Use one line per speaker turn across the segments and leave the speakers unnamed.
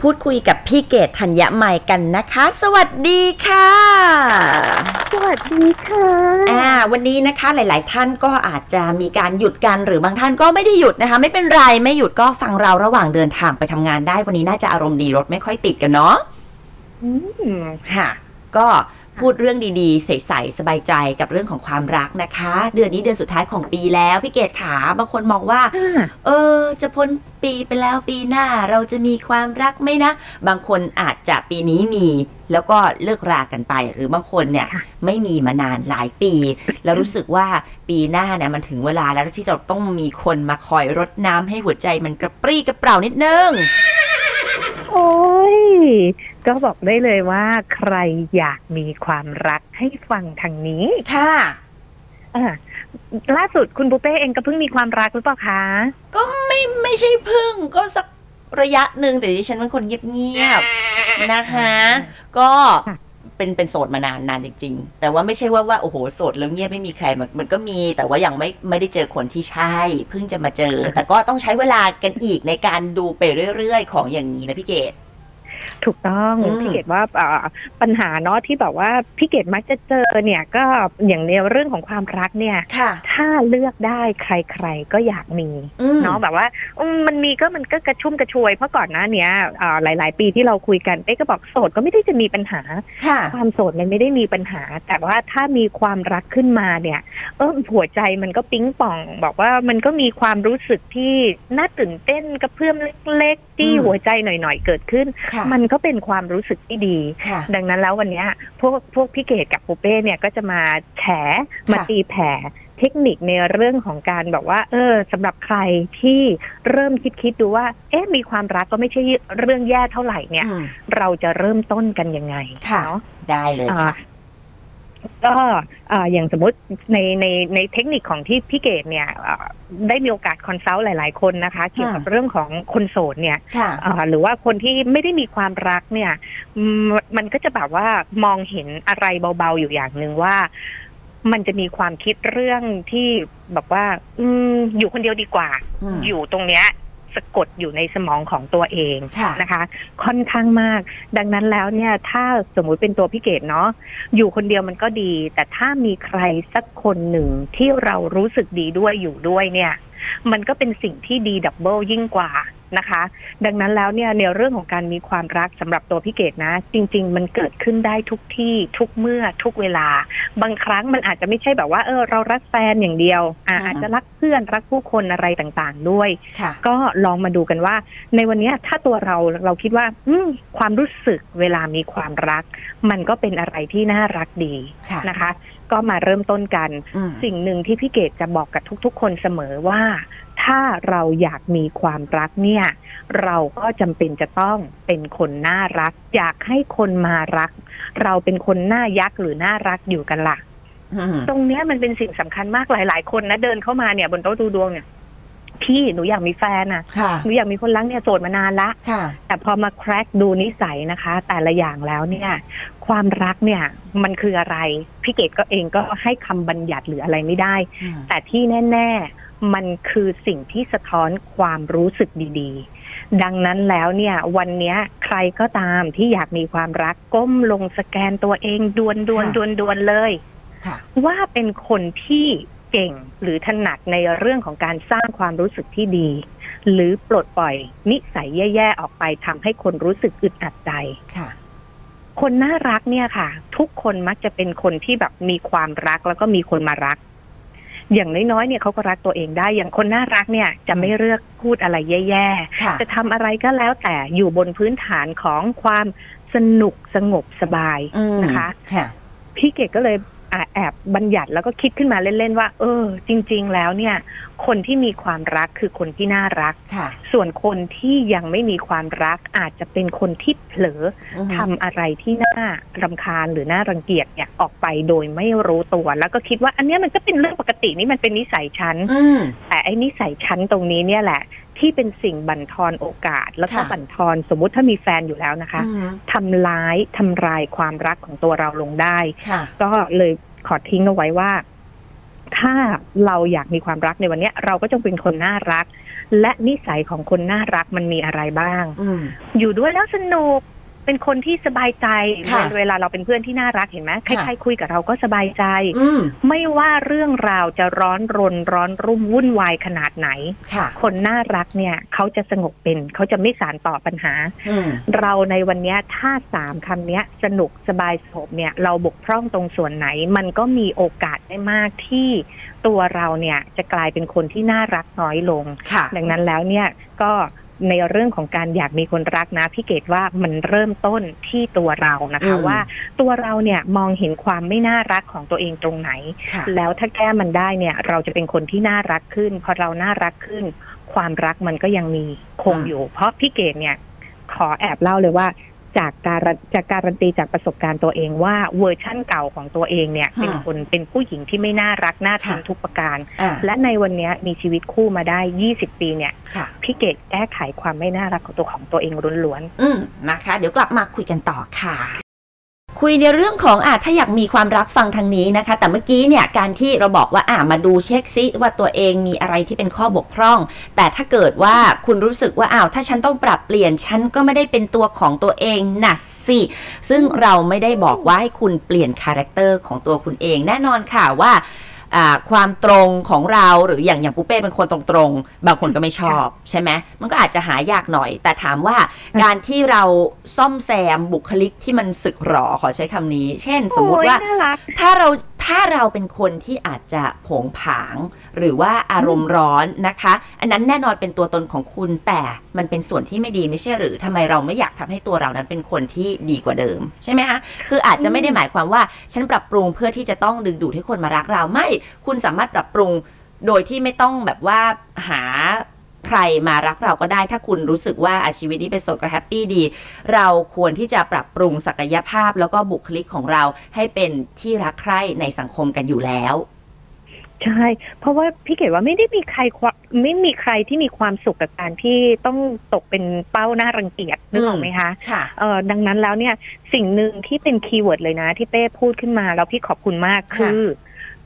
พูดคุยกับพี่เกดธัญญะใหม่กันนะคะ สวัสดีค่ะ
สวัสดีค่ะ
อ่าวันนี้นะคะหลาย ๆ ท่านก็อาจจะมีการหยุดกันหรือบางท่านก็ไม่ได้หยุดนะคะ ไม่เป็นไรไม่หยุดก็ฟังเราระหว่างเดินทางไปทำงานได้ วันนี้น่าจะอารมณ์ดีรถไม่ค่อยติดกันเนาะ
อืม
ค่ะ ก็พูดเรื่องดีๆ ใส ๆ สบายใจกับเรื่องของความรักนะคะ เดือนนี้เดือนสุดท้ายของปีแล้วพี่เกดขาบางคนมองว่า เออ จะพ้นปีไปแล้วปีหน้าเราจะมีความรักไหมนะ บางคนอาจจะปีนี้มี แล้วก็เลิกรากันไป หรือบางคนเนี่ย
ค่ะ
ไม่มีมานานหลายปี แล้วรู้สึกว่าปีหน้าเนี่ยมันถึงเวลาแล้วที่เราต้องมีคนมาคอยรดน้ำให้หัวใจมันกระปรี้กระเปร่านิดนึง
โอ้ย ก็บอกได้เลยว่าใครอยากมีความรักให้ฟังทางนี้
ค่ะ
อ่าล่าสุดคุณบุเป้เองก็เพิ่งมีความรักหรือเปล่าคะ
ก็ไม่ไม่ใช่พึ่งก็สักระยะหนึ่งแต่ดิฉันเป็นคนเงียบๆนะคะ ก็
ค่ะ
เป็นเป็นโสดมานานนานจริง ๆ แต่ว่าไม่ใช่ว่าว่าโอ้โหโสดแล้วเงียบไม่มีใครมันมันก็มี แต่ว่ายังไม่ไม่ได้เจอคนที่ใช่ เพิ่งจะมาเจอ
ค่ะ
แต่ก็ต้องใช้เวลากันอีกในการดูไปเรื่อยๆ ของอย่างนี้นะพี่เกด
ถูกต้อง
อืม
พี่เกดว่าเอ่อปัญหาเนาะที่แบบว่าพี่เกดมักจะเจอเนี่ยก็อย่างในเรื่องของความรักเนี่ย
่ะ
ถ้าเลือกได้ใครๆก็อยากมี
อืม
เนาะแบบว่าอืมมันมีก็มันก็กระชุ่มกระชวย เพราะก่อนหน้าเนี้ยอ่าหลาย ๆ ปีที่เราคุยกันเป้ก็บอกโสดก็ไม่ได้จะมีปัญหา
ค่ะ
ความโสดมันไม่ได้มีปัญหา แต่ว่าถ้ามีความรักขึ้นมาเนี่ย เออหัวใจมันก็ปิ๊งป่อง บอกว่ามันก็มีความรู้สึกที่น่าตื่นเต้นกระเพื่อมเล็กๆที่
อืม
หัวใจหน่อยๆเกิดขึ้น
ค่ะ
มันก็เป็นความรู้สึกที่ดี
ค่ะ
ดังนั้นแล้ววันเนี้ยพวกพวกพี่เกดกับปูเป้เนี่ยก็จะมาแฉมาตีแผ่เทคนิคในเรื่องของการแบบว่า เออสำหรับใครที่เริ่มคิดคิดดูว่า เอ๊ะมีความรักก็ไม่ใช่เรื่องแย่เท่าไหร่เนี่ย
อืม
เราจะเริ่มต้นกันยังไง
ค่ะ
เนาะ
ได้เลย
อ่า
ค่ะ
ก็อ่าอย่างสมมติในในในเทคนิคของที่พี่เกดเนี่ยอ่าได้มีโอกาสคอนซัลท์หลาย ๆ คนนะคะ เกี่ยวกับเรื่องของคนโสดเนี่ย
ค่ะ
อ่าหรือว่าคนที่ไม่ได้มีความรักเนี่ยอืมมันก็จะแบบว่ามองเห็นอะไรเบาๆอยู่อย่างหนึ่งว่า มันจะมีความคิดเรื่องที่แบบว่า อืมอยู่คนเดียวดีกว่า
อืม
อยู่ตรงเนี้ยสะกดอยู่ในสมองของตัวเอง
ค่ะ
นะคะ ค่อนข้างมาก ดังนั้นแล้วเนี่ย ถ้าสมมุติเป็นตัวพี่เกดเนาะอยู่คนเดียวมันก็ดี แต่ถ้ามีใครสักคนหนึ่งที่เรารู้สึกดีด้วยอยู่ด้วยเนี่ย มันก็เป็นสิ่งที่ดีดับเบิลยิ่งกว่านะคะ ดังนั้นแล้วเนี่ยในเรื่องของการมีความรักสำหรับตัวพี่เกดนะ จริง ๆ มันเกิดขึ้นได้ทุกที่ทุกเมื่อทุกเวลา บางครั้งมันอาจจะไม่ใช่แบบว่าเออเรารักแฟนอย่างเดียวอ่ะ
อืม
อาจจะรักเพื่อนรักผู้คนอะไรต่างๆด้วย
ค่ะ
ก็ลองมาดูกันว่า ในวันเนี้ยถ้าตัวเราเราคิดว่า อืมความรู้สึกเวลามีความรัก มันก็เป็นอะไรที่น่ารักดี
ค่ะ
นะคะ ก็มาเริ่มต้นกัน
อืม
สิ่งหนึ่งที่พี่เกดจะบอกกับทุกๆ คนเสมอว่า ถ้าเราอยากมีความรักเนี่ย เราก็จำเป็นจะต้องเป็นคนน่ารัก อยากให้คนมารัก เราเป็นคนน่ายักษ์หรือน่ารักอยู่กันล่ะ
อืม
ตรงเนี้ยมันเป็นสิ่งสำคัญมากหลาย ๆ คนนะเดินเข้ามาเนี่ยบนโต๊ะดูดวงเนี่ยพี่หนูอยากมีแฟนอะ
ค่ะ
หนูอยากมีคนรักเนี่ยโสดมานานละ
ค่ะ
แต่พอมาแครกดูนิสัยนะคะ แต่ละอย่างแล้วเนี่ย ความรักเนี่ยมันคืออะไร พี่เกดก็เองก็ให้คำบัญญัติหรืออะไรไม่ได้
อืม
แต่ที่แน่ ๆ มันคือสิ่งที่สะท้อนความรู้สึกดีๆ ดังนั้นแล้วเนี่ย วันเนี้ยใครก็ตามที่อยากมีความรักก้มลงสแกนตัวเองดวนดวน
ค่ะ
ดวนดวนๆเลย
ค่ะ
ว่าเป็นคนที่เก่งหรือถนัดในเรื่องของการสร้างความรู้สึกที่ดี หรือปลดปล่อยนิสัยแย่ๆออกไปทำให้คนรู้สึกอึดอัดใจ
ค่ะ
คนน่ารักเนี่ยค่ะ ทุกคนมักจะเป็นคนที่แบบมีความรักแล้วก็มีคนมารัก อย่างน้อยๆเนี่ยเขาก็รักตัวเองได้ อย่างคนน่ารักเนี่ย จะไม่เลือกพูดอะไรแย่
ค่ะ
ๆ จะทำอะไรก็แล้วแต่อยู่บนพื้นฐานของความสนุกสงบสบาย
อืม
นะคะ
ค่ะ
พี่เกดก็เลยอ่ะแอบบัญญัติแล้วก็คิดขึ้นมาเล่นๆว่า เออ จริง ๆ แล้วเนี่ย คนที่มีความรักคือคนที่น่ารัก
ค่ะ
ส่วนคนที่ยังไม่มีความรักอาจจะเป็นคนที่เผลอ
อืม
ทำอะไรที่น่ารำคาญหรือน่ารังเกียจเนี่ยออกไปโดยไม่รู้ตัว แล้วก็คิดว่าอันเนี้ยมันก็เป็นเรื่องปกตินี่มันเป็นนิสัยฉัน
อืม
แต่ไอ้นิสัยฉันตรงนี้เนี่ยแหละ ที่เป็นสิ่งบั่นทอนโอกาส แล้วก็
ค่ะ
บั่นทอนสมมติถ้ามีแฟนอยู่แล้วนะคะ
อืม
ทำร้ายทำลายความรักของตัวเราลงได้
ค่ะ
ก็เลยขอทิ้งเอาไว้ว่า ถ้าเราอยากมีความรักในวันเนี้ย เราก็จงเป็นคนน่ารัก และนิสัยของคนน่ารักมันมีอะไรบ้าง
อืม
อยู่ด้วยแล้วสนุก เป็นคนที่สบายใจ
ค่ะ
เวลาเราเป็นเพื่อนที่น่ารักเห็นไหมใค
ค่ะ
รๆคุยกับเราก็สบายใจ
อืม
ไม่ว่าเรื่องราวจะร้อนรนร้อนรุ่มวุ่นวายขนาดไหน
ค่ะ
คนน่ารักเนี่ยเขาจะสงบเป็นเขาจะไม่สารต่อปัญหา
อืม
เราในวันเนี้ยถ้าสามคำเนี้ยสนุกสบายสบเนี่ยเราบกพร่องตรงส่วนไหน มันก็มีโอกาสได้มากที่ตัวเราเนี่ยจะกลายเป็นคนที่น่ารักน้อยลง
ค่ะ
ดังนั้นแล้วเนี่ยก็ในเรื่องของการอยากมีคนรักนะพี่เกดว่ามันเริ่มต้นที่ตัวเรานะคะ
อืม
ว่าตัวเราเนี่ยมองเห็นความไม่น่ารักของตัวเองตรงไหน
ค่ะ
แล้วถ้าแก้มันได้เนี่ย เราจะเป็นคนที่น่ารักขึ้น พอเราน่ารักขึ้น ความรักมันก็ยังมีคง
อ่า
อยู่ เพราะพี่เกดเนี่ย ขอแอบเล่าเลยว่า จากการนจากการันตีจากประสบการณ์ตัวเองว่าเวอร์ชั่นเก่าของตัวเองเนี่ย เป็นคนเป็นผู้หญิงที่ไม่น่ารักน่าทึงทุกประการ
อ่า
และในวันเนี้ยมีชีวิตคู่มาได้ 20 ปีเนี่ย
ค่ะ
พี่เกดแก้ไขความไม่น่ารักของตัวของตัวเองล้วนๆ
อืมนะคะ เดี๋ยวกลับมาคุยกันต่อค่ะ คุยในเรื่องของอ่ะถ้าอยากมีความรักฟังทางนี้นะคะ แต่เมื่อกี้เนี่ยการที่เราบอกว่าอ่ะมาดูเช็คซิว่าตัวเองมีอะไรที่เป็นข้อบกพร่อง แต่ถ้าเกิดว่าคุณรู้สึกว่าอ้าวถ้าฉันต้องปรับเปลี่ยนฉันก็ไม่ได้เป็นตัวของตัวเองนะสิซึ่งเราไม่ได้บอกว่าให้คุณเปลี่ยนคาแรคเตอร์ของตัวคุณเอง แน่นอนค่ะว่าอ่าความตรงของเราหรืออย่างอย่างปุเป้เป็นคนตรงๆ บางคนก็ไม่ชอบใช่ไหมมันก็อาจจะหายากหน่อย แต่ถามว่าการที่เราซ่อมแซมบุคลิกที่มันสึกหรอขอใช้คำนี้ เช่น สมมุติว่า
โอ้ยน่ารัก
ถ้าเราถ้าเราเป็นคนที่อาจจะโผงผาง หรือว่าอารมณ์ร้อนนะคะ อันนั้นแน่นอนเป็นตัวตนของคุณแต่มันเป็นส่วนที่ไม่ดีไม่ใช่หรือทำไมเราไม่อยากทำให้ตัวเรานั้นเป็นคนที่ดีกว่าเดิม ใช่ไหมคะคืออาจจะไม่ได้หมายความว่าฉันปรับปรุงเพื่อที่จะต้องดึงดูดให้คนมารักเราไม่ คุณสามารถปรับปรุงโดยที่ไม่ต้องแบบว่าหาใครมารักเราก็ได้ถ้าคุณรู้สึกว่าอาชีวิตนี้เป็นโสดก็แฮปปี้ดี เราควรที่จะปรับปรุงศักยภาพแล้วก็บุคลิกของเราให้เป็นที่รักใคร่ในสังคมกันอยู่แล้ว
ใช่ เพราะว่าพี่เกดว่าไม่ได้มีใครความไม่มีใครที่มีความสุขกับการที่ต้องตกเป็นเป้าหน้ารังเกียจนึกออกไหมคะ
ค่ะ
เออดังนั้นแล้วเนี่ยสิ่งหนึ่งที่เป็นคีย์เวิร์ดเลยนะ ที่เป้พูดขึ้นมาแล้วพี่ขอบคุณมาก
ค่ะ
คือ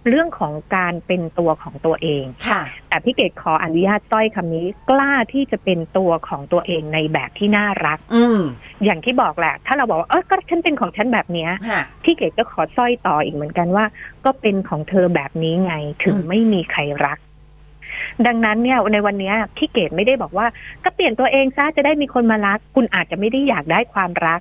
เรื่องของการเป็นตัวของตัวเอง
ค่ะ
แต่พี่เกดขออนุญาตต้อยคำนี้ กล้าที่จะเป็นตัวของตัวเองในแบบที่น่ารัก
อืม
อย่างที่บอกแหละ ถ้าเราบอกว่าเออก็ฉันเป็นของฉันแบบเนี้ย
ค่ะ
พี่เกดก็ขอสร้อยต่ออีกเหมือนกันว่า ก็เป็นของเธอแบบนี้ไงถึง
อืม
ไม่มีใครรัก ดังนั้นเนี่ยในวันเนี้ยพี่เกดไม่ได้บอกว่า ก็เปลี่ยนตัวเองซะจะได้มีคนมารัก คุณอาจจะไม่ได้อยากได้ความรัก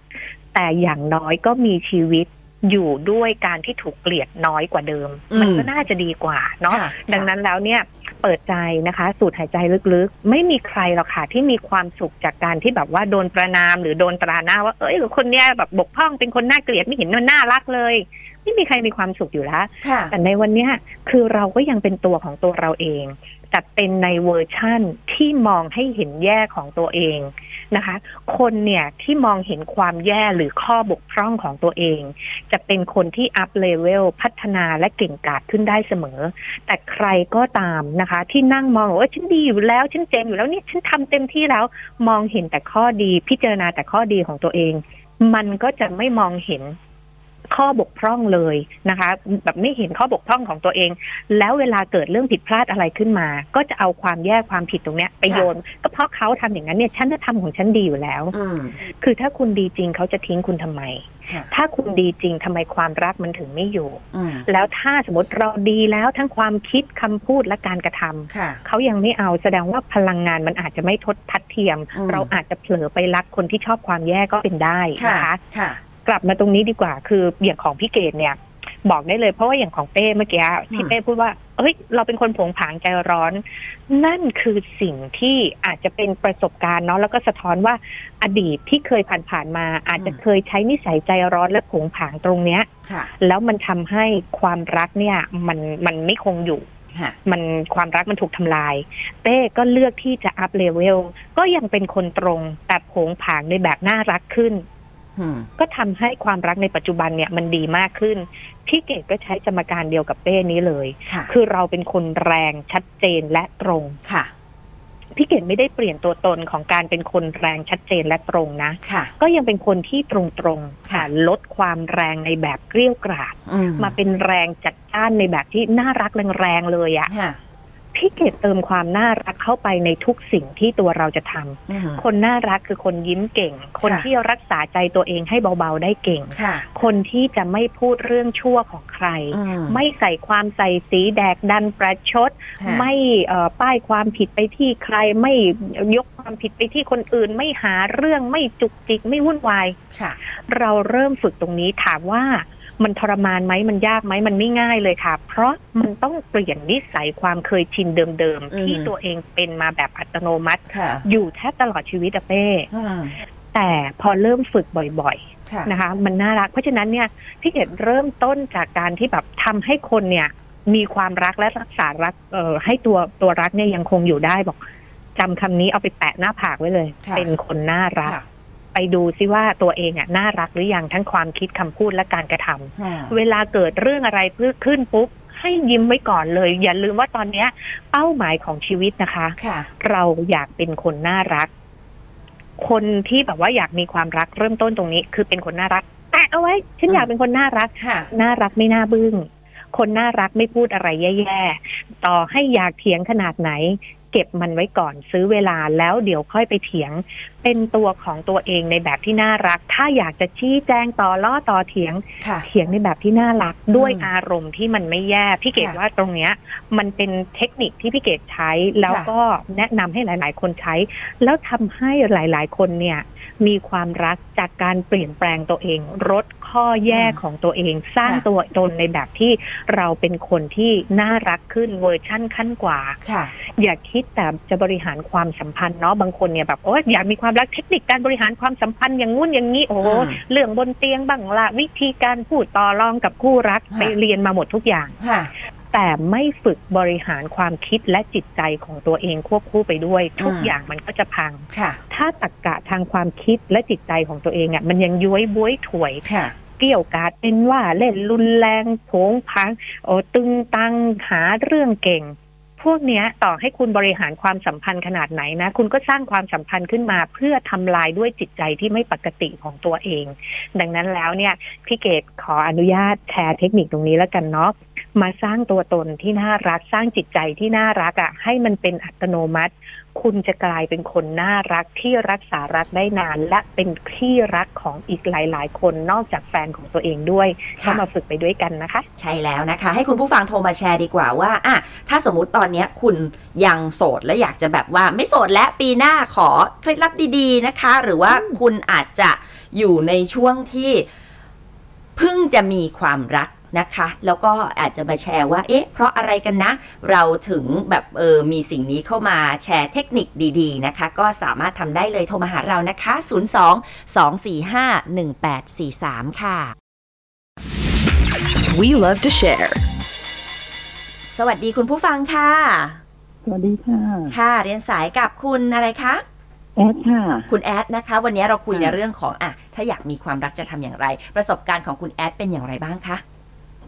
แต่อย่างน้อยก็มีชีวิตอยู่ด้วยการที่ถูกเกลียดน้อยกว่าเดิม มันก็น่าจะดีกว่าเนาะ
ค่ะ
ดังนั้นแล้วเนี่ยเปิดใจนะคะสูดหายใจลึกๆ ไม่มีใครหรอกค่ะที่มีความสุขจากการที่แบบว่าโดนประนาม หรือโดนตราหน้าว่าเอ้ยหรือคนเนี้ยแบบบกพร่องเป็นคนน่าเกลียดไม่เห็นมันน่ารักเลย ไม่มีใครมีความสุขอยู่แล้ว
ค่ะ
แต่ในวันเนี้ยคือเราก็ยังเป็นตัวของตัวเราเองแต่เป็นในเวอร์ชั่นที่มองให้เห็นแย่ของตัวเองนะคะ คนเนี่ยที่มองเห็นความแย่หรือข้อบกพร่องของตัวเอง จะเป็นคนที่อัพเลเวลพัฒนาและเก่งกาจขึ้นได้เสมอ แต่ใครก็ตามนะคะ ที่นั่งมองว่าฉันดีอยู่แล้ว ฉันเจ๋งอยู่แล้วเนี่ยฉันทำเต็มที่แล้วมองเห็นแต่ข้อดี พิจารณาแต่ข้อดีของตัวเอง มันก็จะไม่มองเห็นข้อบกพร่องเลยนะคะ แบบไม่เห็นข้อบกพร่องของตัวเอง แล้วเวลาเกิดเรื่องผิดพลาดอะไรขึ้นมา ก็จะเอาความแย่ความผิดตรงเนี้ยไปโยน ก็เพราะเขาทำอย่างนั้นเนี่ยฉันจะทำของฉันดีอยู่แล้ว
อืม
คือถ้าคุณดีจริงเขาจะทิ้งคุณทำไม
ค่ะ
ถ้าคุณดีจริงทำไมความรักมันถึงไม่อยู่
อืม
แล้วถ้าสมมติเราดีแล้วทั้งความคิดคำพูดและการกระทำ
ค่ะ
เขายังไม่เอาแสดงว่าพลังงานมันอาจจะไม่ทดทัดเทียม
อืม
เราอาจจะเผลอไปรักคนที่ชอบความแย่ก็เป็นได้
ค่ะ
นะคะ
ค่ะ
กลับมาตรงนี้ดีกว่า คืออย่างของพี่เกดเนี่ย บอกได้เลยเพราะว่าอย่างของเป้เมื่อกี้ที่เป้พูดว่าเฮ้ยเราเป็นคนผงผางใจร้อน นั่นคือสิ่งที่อาจจะเป็นประสบการณ์เนาะแล้วก็สะท้อนว่าอดีตที่เคยผ่านๆมา อาจจะ
อืม
เคยใช้นิสัยใจร้อนและผงผางตรงเนี้ย
ค่ะ
แล้วมันทำให้ความรักเนี่ยมันมันไม่คงอยู่
ค่ะ
มันความรักมันถูกทำลาย เต้ก็เลือกที่จะอัพเลเวลก็ยังเป็นคนตรงแต่โผงผางในแบบน่ารักขึ้น
อืม
ก็ทำให้ความรักในปัจจุบันเนี่ยมันดีมากขึ้น พี่เกดก็ใช้สมการเดียวกับเป้นี้เลย
ค่ะ
คือเราเป็นคนแรงชัดเจนและตรง
ค่ะ
พี่เกดไม่ได้เปลี่ยนตัวตนของการเป็นคนแรงชัดเจนและตรงนะ
ค่ะ
ก็ยังเป็นคนที่ตรงๆแต่ลดความแรงในแบบเกลี้ยวกราด
อืม
มาเป็นแรงจัดจ้านในแบบที่น่ารักแรงๆเลยอะ
ค่ะ
พี่เกดเติมความน่ารักเข้าไปในทุกสิ่งที่ตัวเราจะทำ
อืม
คนน่ารักคือคนยิ้มเก่ง คน
ค่ะ
ที่รักษาใจตัวเองให้เบาๆได้เก่ง
ค่ะ
คนที่จะไม่พูดเรื่องชั่วของใคร
อื
ไม่ใส่ความใส่สีแดกดันประชด
ค่ะ
ไม่เอ่อป้ายความผิดไปที่ใครไม่ยกความผิดไปที่คนอื่น ไม่หาเรื่องไม่จุกจิกไม่วุ่นวาย
ค่ะ
เราเริ่มฝึกตรงนี้ถามว่ามันทรมานไหมมันยากไหมมันไม่ง่ายเลยค่ะ เพราะมันต้องเปลี่ยนนิสัยความเคยชินเดิมๆ ที่ตัวเองเป็นมาแบบอัตโนมัติ
ค่ะ
อยู่แทบตลอดชีวิตอะเป้
อืม
แต่พอเริ่มฝึกบ่อย
ค่ะ
ๆนะคะ มันน่ารักเพราะฉะนั้นเนี่ยพี่เกดเริ่มต้นจากการที่แบบทำให้คนเนี่ย มีความรักและรักษารักเอ่อให้ตัวตัวรักเนี่ยยังคงอยู่ได้บอกจำคำนี้เอาไปแปะหน้าผากไว้เลย
ะ
เป็นคนน่ารัก
ค่ะ
ไปดูซิว่าตัวเองอ่ะน่ารักหรือยังทั้งความคิดคำพูดและการกระทำ
อืม
เวลาเกิดเรื่องอะไรเพื่อขึ้นปุ๊บ ให้ยิ้มไว้ก่อนเลย อย่าลืมว่าตอนเนี้ย เป้าหมายของชีวิตนะคะ
ค่ะ
เราอยากเป็นคนน่ารัก คนที่แบบว่าอยากมีความรักเริ่มต้นตรงนี้ คือเป็นคนน่ารักแตะเอาไว้ ฉันอยากเป็นคนน่ารัก
ค่ะ
น่ารักไม่น่าบึ้ง คนน่ารักไม่พูดอะไรแย่ๆ ต่อให้อยากเถียงขนาดไหน เก็บมันไว้ก่อนซื้อเวลาแล้วเดี๋ยวค่อยไปเถียง เป็นตัวของตัวเองในแบบที่น่ารัก ถ้าอยากจะชี้แจงต่อล้อต่อเถียง
ค่ะ
เถียงในแบบที่น่ารัก
อืม
ด้วยอารมณ์ที่มันไม่แย่พี่เกด
ค่ะ
ว่าตรงเนี้ย มันเป็นเทคนิคที่พี่เกดใช้แล้ว
ค่ะ
ก็แนะนำให้หลาย ๆ คนใช้ แล้วทำให้หลาย ๆ คนเนี่ย มีความรักจากการเปลี่ยนแปลงตัวเองลดข้อแย่ของตัวเอง สร้างตัวตนในแบบที่เราเป็นคนที่น่ารักขึ้นเวอร์ชั่นขั้นกว่า
ค่ะ
อย่าคิดแต่จะบริหารความสัมพันธ์เนาะบางคนเนี่ยแบบโอ้ยอยากมีความรักเทคนิคการบริหารความสัมพันธ์อย่างงุ่นอย่างนี้โอ้
อ่า
เรื่องบนเตียงบ้างละวิธีการพูดต่อรองกับคู่รัก
ค่ะ
ไปเรียนมาหมดทุกอย่าง
ค่ะ
แต่ไม่ฝึกบริหารความคิดและจิตใจของตัวเองควบคู่ไปด้วย ทุกอย่างมันก็จะพัง
ค่ะ
ถ้าตรกกะทางความคิดและจิตใจของตัวเองอะ่ะมันยังย้วยบ้วยถวย
ค่ะ
เกรี่ยวกราดเป็นว่าเล่นรุนแรงโผงพังโอ้ตึงตังหาเรื่องเก่ง พวกเนี้ยต่อให้คุณบริหารความสัมพันธ์ขนาดไหนนะ คุณก็สร้างความสัมพันธ์ขึ้นมา เพื่อทำลายด้วยจิตใจที่ไม่ปกติของตัวเอง ดังนั้นแล้วเนี่ยพี่เกดขออนุญาตแชร์เทคนิคตรงนี้แล้วกันเนาะมาสร้างตัวตนที่น่ารักสร้างจิตใจที่น่ารักอะ่ะ ให้มันเป็นอัตโนมัติ คุณจะกลายเป็นคนน่ารักที่รักษารักได้นาน และเป็นที่รักของอีกหลาย ๆ คนนอกจากแฟนของตัวเองด้วย
ค่ะ
เข้ามาฝึกไปด้วยกันนะคะ
ใช่แล้วนะคะ ให้คุณผู้ฟังโทรมาแชร์ดีกว่าว่าอ่ะถ้าสมมติตอนเนี้ยคุณยังโสดและอยากจะแบบว่าไม่โสดและปีหน้าขอเคล็ดลับดีๆนะคะ หรือว่าคุณอาจจะอยู่ในช่วงที่เพิ่งจะมีความรักนะคะ แล้วก็อาจจะมาแชร์ว่า เอ๊ะ เพราะอะไรกันนะ เราถึงแบบเออมีสิ่งนี้เข้ามาแชร์เทคนิคดีๆนะคะ ก็สามารถทำได้เลยโทรมาหาเรานะคะ 02 245 1843 ค่ะ
We love to share.
สวัสดีคุณผู้ฟังค่ะ
สวัสดีค่ะ
ค่ะ เรียนสายกับคุณอะไรคะ
แอดค่ะ
คุณแอดนะคะ วันนี้เราคุย
ค่ะ
ในเรื่องของอ่ะถ้าอยากมีความรักจะทำอย่างไร ประสบการณ์ของคุณแอดเป็นอย่างไรบ้างคะ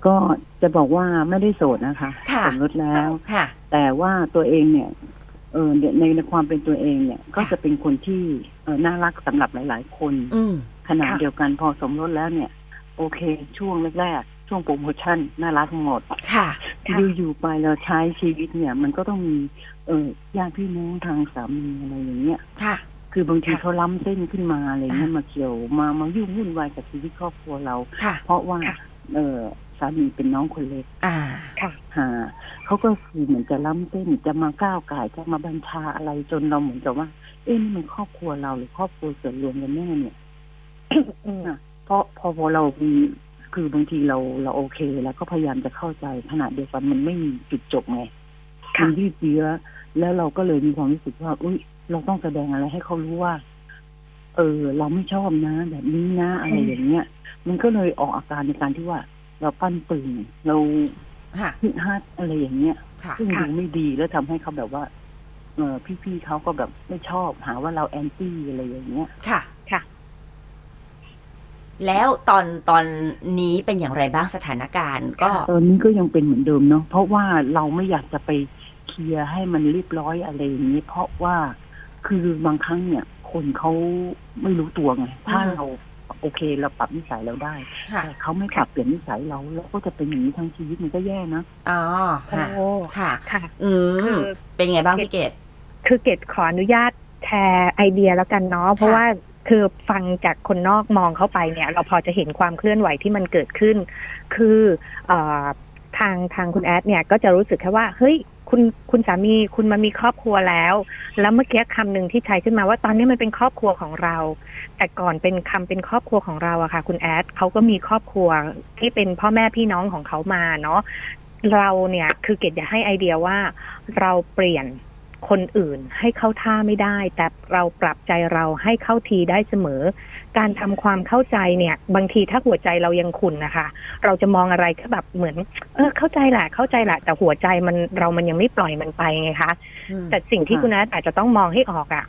ก็จะบอกว่าไม่ได้โสดนะคะ
ค่ะ
สมรสแล้ว
ค่ะ
แต่ว่าตัวเองเนี่ยเออในในความเป็นตัวเองเนี่ย ก็จะเป็นคนที่เออน่ารักสำหรับหลาย ๆ คน
อืม
ขนาด
ค่ะ
เดียวกันพอสมรสแล้วเนี่ย โอเค ช่วงแรกๆ ช่วงโปรโมชั่นน่ารักหมด
ค่ะ
ค่ะ
อยู่ๆไปเราใช้ชีวิตเนี่ย มันก็ต้องมีเออญาติพี่น้องทางสามีอะไรอย่างเงี้ย
ค่ะ
คือบางที
ค่ะ
เขาล้ำเส้นขึ้นมาอะไรเงี้ยมาเกี่ยวมามายุ่งวุ่นวายกับชีวิตครอบครัวเรา
ค่ะ
เพราะว่า
ค่ะ
เออสามีเป็นน้องคนเล็ก
อ่า
หาเขาก็คือเหมือนจะล้ำเส้นจะมาก้าวไก่ายจะมาบัญชาอะไรจนเราเหมือนกับว่า เอ๊ะนี่มันครอบครัวเราหรือครอบครัวส่วนรวมกันแน่เนี่ย
อืม
เพราะพอพอเรามีคือบางทีเราเราโอเค แล้วก็พยายามจะเข้าใจขนาดเดียวกันมันไม่มีจุดจบไง
ค่ะ
มันยืดเยื้อแล้วเราก็เลยมีความรู้สึกว่า อุ้ยเราต้องแสดงอะไรให้เขารู้ว่า เออ เราไม่ชอบนะ แบบนี้นะอะไรอย่างเงี้ย มันก็เลยออกอาการในการที่ว่า เราปั้นปืนเรา
ค่ะ
ฮึดฮัดอะไรอย่างเงี้ย
ค่ะ
ซึ่ง
ค่ะ
ดูไม่ดีแล้วทำให้เขาแบบว่า เออพี่ๆเขาก็แบบไม่ชอบหาว่าเราแอนตี้อะไรอย่างเงี้ย
ค่ะ
ค่ะ
แล้วตอนตอนนี้เป็นอย่างไรบ้างสถานการณ์ ก็
ตอนนี้ก็ยังเป็นเหมือนเดิมเนาะเพราะว่าเราไม่อยากจะไปเคลียร์ให้มันเรียบร้อยอะไรอย่างนี้ เพราะว่าคือบางครั้งเนี่ย คนเขาไม่รู้ตัวไง ถ้า
อืม
เราโอ โอเค เราปรับนิสัยเราได้
ค่ะ
แต่เขาไม่ปรับเปลี่ยนนิสัยเราเราก็จะเป็นอย่างนี้ทั้งชีวิตมันก็แย่นะ
อ๋อค่ะ
โอ้
ค่ะ
ค่ะ
อื
คื
ม
อ
เป็นไงบ้างพี่เกด
คือเกดขออนุญาตแชร์ไอเดียแล้วกันเนาะเพราะว่าคือฟังจากคนนอกมองเข้าไปเนี่ย เราพอจะเห็นความเคลื่อนไหวที่มันเกิดขึ้น คือเออทางทางคุณแอดเนี่ยก็จะรู้สึกแค่ว่าเฮ้ยคุณคุณสามีคุณมามีครอบครัวแล้ว แล้วเมื่อกี้คำหนึ่งที่ใช้ขึ้นมาว่าตอนนี้มันเป็นครอบครัวของเรา แต่ก่อนเป็นคำเป็นครอบครัวของเราอะค่ะ คุณแอดเขาก็มีครอบครัวที่เป็นพ่อแม่พี่น้องของเขามาเนาะเราเนี่ยคือเกดอยากให้ไอเดียว่า เราเปลี่ยนคนอื่นให้เข้าท่าไม่ได้ แต่เราปรับใจเราให้เข้าทีได้เสมอ การทำความเข้าใจเนี่ย บางทีถ้าหัวใจเรายังขุ่นนะคะ เราจะมองอะไรก็แบบเหมือน เออเข้าใจแหละเข้าใจแหละแต่หัวใจมันเรามันยังไม่ปล่อยมันไปไงคะ แต่สิ่งที่
ค่ะ
คุณนัทอาจจะต้องมองให้ออกอะ่ะ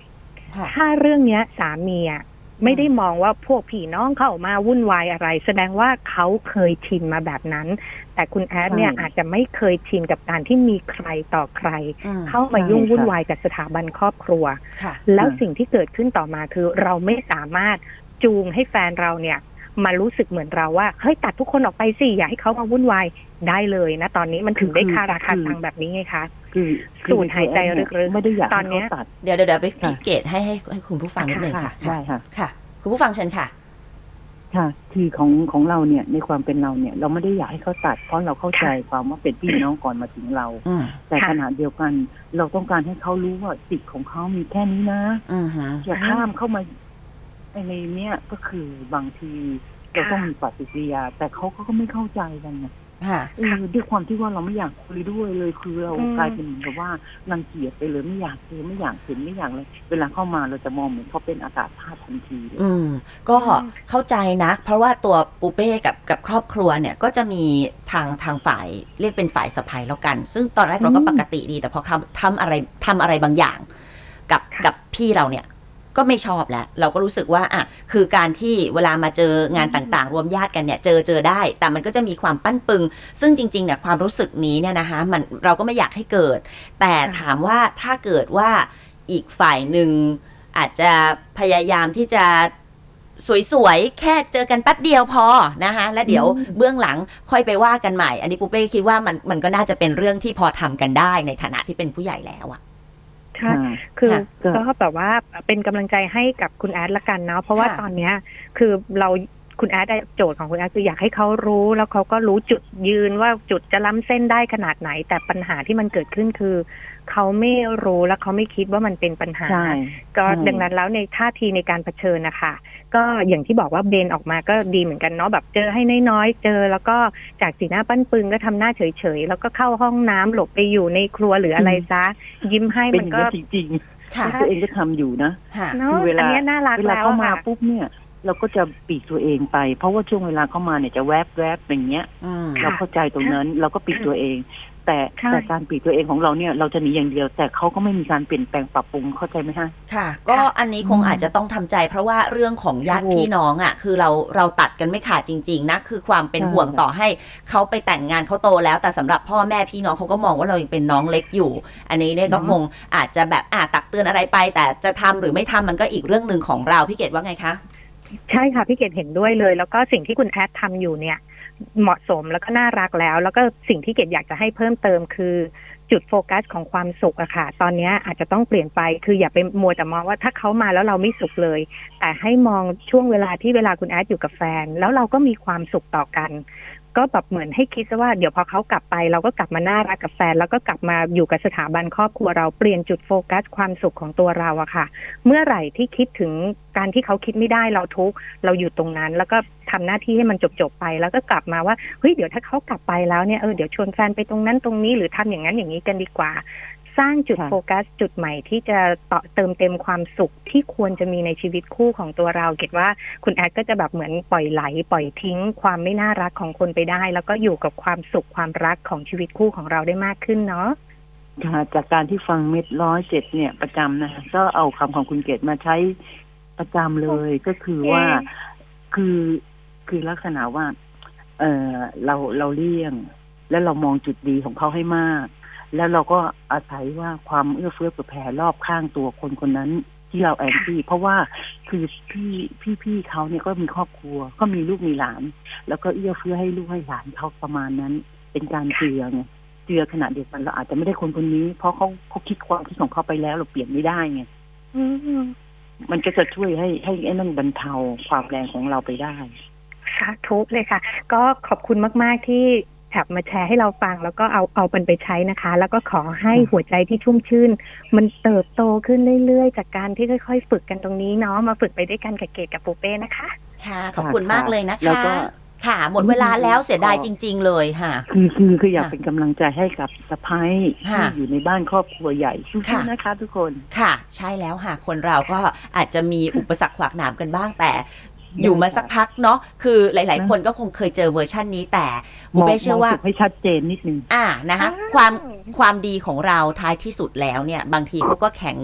ค่ะ
ถ้าเรื่องเนี้ยสามีอะไม่ได้มองว่าพวกผีน้องเข้ามาวุ่นวายอะไร แสดงว่าเขาเคยชินมาแบบนั้น แต่คุณแอดเนี่ย
ใช่
อาจจะไม่เคยชินกับการที่มีใครต่อใคร
อืม
เข้ามายุ่งวุ่นวายกับสถาบันครอบครัว
ค่ะ
แล้ว
ค่ะ
สิ่งที่เกิดขึ้นต่อมาคือ เราไม่สามารถจูงให้แฟนเราเนี่ยมารู้สึกเหมือนเราว่าเฮ้ยตัดทุกคนออกไปสิอย่าให้เขามาวุ่นวายได้เลยนะตอนนี้มันถึงได้คาราคาซังแบบนี้ไงคะ
คือคือ
สูดหายใจลึกๆ
ไม่ได้อยาก
ตอนเนี้ย
ให้ขาตัด
เดี๋ยวเดี๋ยวเดี๋ยวไป
ค่ะ
พี่เกดให้ให้ให้คุณผู้ฟังนิดหนึ่งค่ะ
ใช่ค่ะ
ค่ะ คุณผู้ฟังเชิญค่ะ
ค่ะคือของของเราเนี่ยในความเป็นเราเนี่ย เราไม่ได้อยากให้เขาตัด เพราะเราเข้าใจความว่าเป็นพี่น้องก่อนมาถึงเรา
อืม
แต่
ค่ะ
ขณะเดียวกัน เราต้องการให้เขารู้ว่าสิทธิ์ของเขามีแค่นี้นะ
อืมฮะ
อย่าข้ามเข้ามาในเนี้ยก็คือบางทีเราต้องมีปฏิกิริยา แต่เขาก็ไม่เข้าใจกันไง
ค่ะ
เออด้วยความที่ว่าเราไม่อยากคุยด้วยเลยคือเรา
อืม
กลายเป็นเหมือนกับว่ารังเกียจไปเลยไม่อยากเจอไม่อยากเห็นไม่อยากเลยเวลาเข้ามาเราจะมองเหมือนเขาเป็นอากาศธาตุทันทีเลย
อืมก็
อืม
เข้าใจนะ เพราะว่าตัวปูเป้กับกับครอบครัวเนี่ยก็จะมีทางทางฝ่ายเรียกเป็นฝ่ายสะพายแล้วกัน ซึ่งตอนแรกเราก็
อืม
ปกติดี แต่พอทำทำอะไรทำอะไรบางอย่าง กับ
ค่ะ
กับพี่เราเนี่ยก็ไม่ชอบแล้ว เราก็รู้สึกว่าอ่ะคือการที่เวลามาเจองานต่างๆ รวมญาติกันเนี่ยเจอเจอได้ แต่มันก็จะมีความปั้นปึง ซึ่งจริงๆเนี่ยความรู้สึกนี้เนี่ยนะคะมันเราก็ไม่อยากให้เกิด แต่ถามว่าถ้าเกิดว่าอีกฝ่ายหนึ่ง อาจจะพยายามที่จะสวยๆ แค่เจอกันแป๊บเดียวพอนะคะแล้วเดี๋ยว
อืม
เบื้องหลังค่อยไปว่ากันใหม่ อันนี้ปูเป้คิดว่ามันมันก็น่าจะเป็นเรื่องที่พอทำกันได้ในฐานะที่เป็นผู้ใหญ่แล้วอะ
ใช่
ค่ะ
คือ
ค่ะ
ก็แบบว่าเป็นกำลังใจให้กับคุณแอดละกันเนาะเพราะว่า
ค่ะ
ตอนเนี้ยคือเราคุณแอดได้โจทย์ของคุณแอดคืออยากให้เขารู้แล้วเขาก็รู้จุดยืนว่าจุดจะล้ำเส้นได้ขนาดไหน แต่ปัญหาที่มันเกิดขึ้นคือ เขาไม่รู้และเขาไม่คิดว่ามันเป็นปัญหา
ใช่
ก็
อืม
ดังนั้นแล้วในท่าทีในการเผชิญนะคะก็อย่างที่บอกว่าเบนออกมาก็ดีเหมือนกันเนาะแบบเจอให้น้อยๆเจอ แล้วก็จากสีหน้าปั้นปึงก็ทำหน้าเฉยๆแล้วก็เข้าห้องน้ำหลบไปอยู่ในครัวหรืออะไรซะ ยิ้มให้
เป็น
มั
อนย่าง
ก็
นี้นจริงๆ
ค่ะ
แล้วตัวเองก็ทำอยู่นะ
ค่ะ
เนาะ
คือเวลา
อันเนี้ยน่ารัก
เวลา
แล้ว
เข้า
อะ
มา
ค่ะ
ปุ๊บเนี่ย เราก็จะปิดตัวเองไป เพราะว่าช่วงเวลาเข้ามาเนี่ยจะแวบแวบๆอย่างเงี้ย
อืม
เราเข้าใจตรงนั้น เราก็ปิดตัวเอง แต่
ใช่
แต่การปิดตัวเองของเราเนี่ย เราจะหนีอย่างเดียว แต่เขาก็ไม่มีการเปลี่ยนแปลงปรับปรุงเข้าใจไหมฮะ
ค่ะ ก็
ค่ะ
อันนี้คงอาจจะต้องทำใจ เพราะว่าเรื่องของญาติ
ถูก
พี่น้องอ่ะ คือเราเราตัดกันไม่ขาดจริง ๆนะคือความเป็น
ใช่
ห่วงต่อให้เขาไปแต่งงานเขาโตแล้ว แต่สำหรับพ่อแม่พี่น้องเขาก็มองว่าเรายังเป็นน้องเล็กอยู่ อันนี้เนี่ยก็
เนอะ
คงอาจจะแบบอ่ะตักเตือนอะไรไป แต่จะทำหรือไม่ทำมันก็อีกเรื่องหนึ่งของเราพี่เกดว่าไงคะ
ใช่ค่ะพี่เกดเห็นด้วยเลย แล้วก็สิ่งที่คุณแอดทำอยู่เนี่ย เหมาะสมแล้วก็น่ารักแล้ว แล้วก็สิ่งที่เกดอยากจะให้เพิ่มเติมคือ จุดโฟกัสของความสุขอะค่ะ ตอนเนี้ยอาจจะต้องเปลี่ยนไปคืออย่าไปมัวแต่มองว่าถ้าเขามาแล้วเราไม่สุขเลย แต่ให้มองช่วงเวลาที่เวลาคุณแอดอยู่กับแฟน แล้วเราก็มีความสุขต่อกัน ก็แบบเหมือนให้คิดซะว่าเดี๋ยวพอเขากลับไป เราก็กลับมาน่ารักกับแฟน แล้วก็กลับมาอยู่กับสถาบันครอบครัวเราเปลี่ยนจุดโฟกัสความสุขของตัวเราอะค่ะ เมื่อไหร่ที่คิดถึงการที่เขาคิดไม่ได้เราทุกข์เราหยุดตรงนั้น แล้วก็ทำหน้าที่ให้มันจบๆไป แล้วก็กลับมาว่าเฮ้ยเดี๋ยวถ้าเขากลับไปแล้วเนี่ยเออเดี๋ยวชวนแฟนไปตรงนั้นตรงนี้หรือทำอย่างนั้นอย่างนี้กันดีกว่า สร้างจุด
ค่ะ
โฟกัสจุดใหม่ที่จะต่อเติมเต็มความสุขที่ควรจะมีในชีวิตคู่ของตัวเราเกดว่าคุณแอดก็จะแบบเหมือนปล่อยไหล ปล่อยทิ้ง ความไม่น่ารักของคนไปได้ แล้วก็อยู่กับความสุขความรักของชีวิตคู่ของเราได้มากขึ้นเนาะ
ค่ะจากการที่ฟังเม็ดร้อยเจ็ดเนี่ยประจำนะก็เอาคำของคุณเกดมาใช้ประจำเลยก็คือว่า
เอ๊ะ
คือคือลักษณะว่า เออเราเราเลี่ยง แล้วเรามองจุดดีของเขาให้มาก แล้วเราก็อาศัยว่าความเอื้อเฟื้อเผื่อแผ่รอบข้างตัวคนคนนั้น จ ที่เราแอนตี้เพราะว่าคือพี่พี่พี่เขาเนี่ยก็มีครอบครัว ก็มีลูกมีหลาน แล้วก็เอื้อเฟื้อให้ลูกให้หลานเขาประมาณนั้น เป็นการเจือไงเจือขณะเดียวกันเราอาจจะไม่ได้คนคนนี้ เพราะเขาเขาคิดความคิดของเขาไปแล้วเราเปลี่ยนไม่ได้ไง
อืม
มันก็จะช่วยให้ให้ไอ้นั่นบรรเทาความแรงของเราไปได้
สาธุเลยค่ะ ก็ขอบคุณมาก ๆ ที่แถบมาแชร์ให้เราฟัง แล้วก็เอาเอามันไปใช้นะคะ แล้วก็ขอให้
อืม
หัวใจที่ชุ่มชื่น มันเติบโตขึ้นเรื่อย ๆ จากการที่ค่อย ๆ ฝึกกันตรงนี้เนาะมาฝึกไปด้วยกันกับเกดกับปูเป้นะคะ
ค่ะ ขอบคุณมากเลยนะ
แล้ว
คะ
ก็
ค่ะ หมดเวลาแล้วเสียดายจริง ๆ เลยค่ะ
คือคือคืออยาก
ค่ะ
เป็นกำลังใจให้กับสะพ้ายที่
ค่ะ
อยู่ในบ้านครอบครัวใหญ่สู้
ค่ะ
ๆนะคะทุกคน
ค่ะ ใช่แล้วค่ะ คนเราก็อาจจะมีอุปสรรคขวากหนามกันบ้างแต่อยู่มาสักพักเนาะคือหลาย
นะ
ๆ คนก็คงเคยเจอเวอร์ชั่นนี้แต่
ม
บุ
อง
เป้เชื่อว่า
มองจุดให้ชัดเจนนิดนึง
อ่านะคะ
อ่า
ความความดีของเราท้ายที่สุดแล้วเนี่ย บางทีเขาก็แข็ง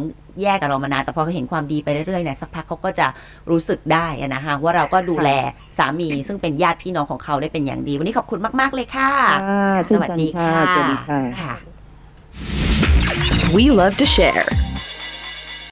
แยกกับเรามานาน แต่พอเขาเห็นความดีไปเรื่อยๆเนี่ยสักพักเขาก็จะรู้สึกได้อะนะคะว่าเราก็ดูแลสามีซึ่งเป็นญาติพี่น้องของเขาได้เป็นอย่างดี วันนี้ขอบคุณมาก ๆ เลยค่ะ
ค่ะ
สวัสดีค่ะ
สวัสดีค่ะ
ค่ะ
We love to share.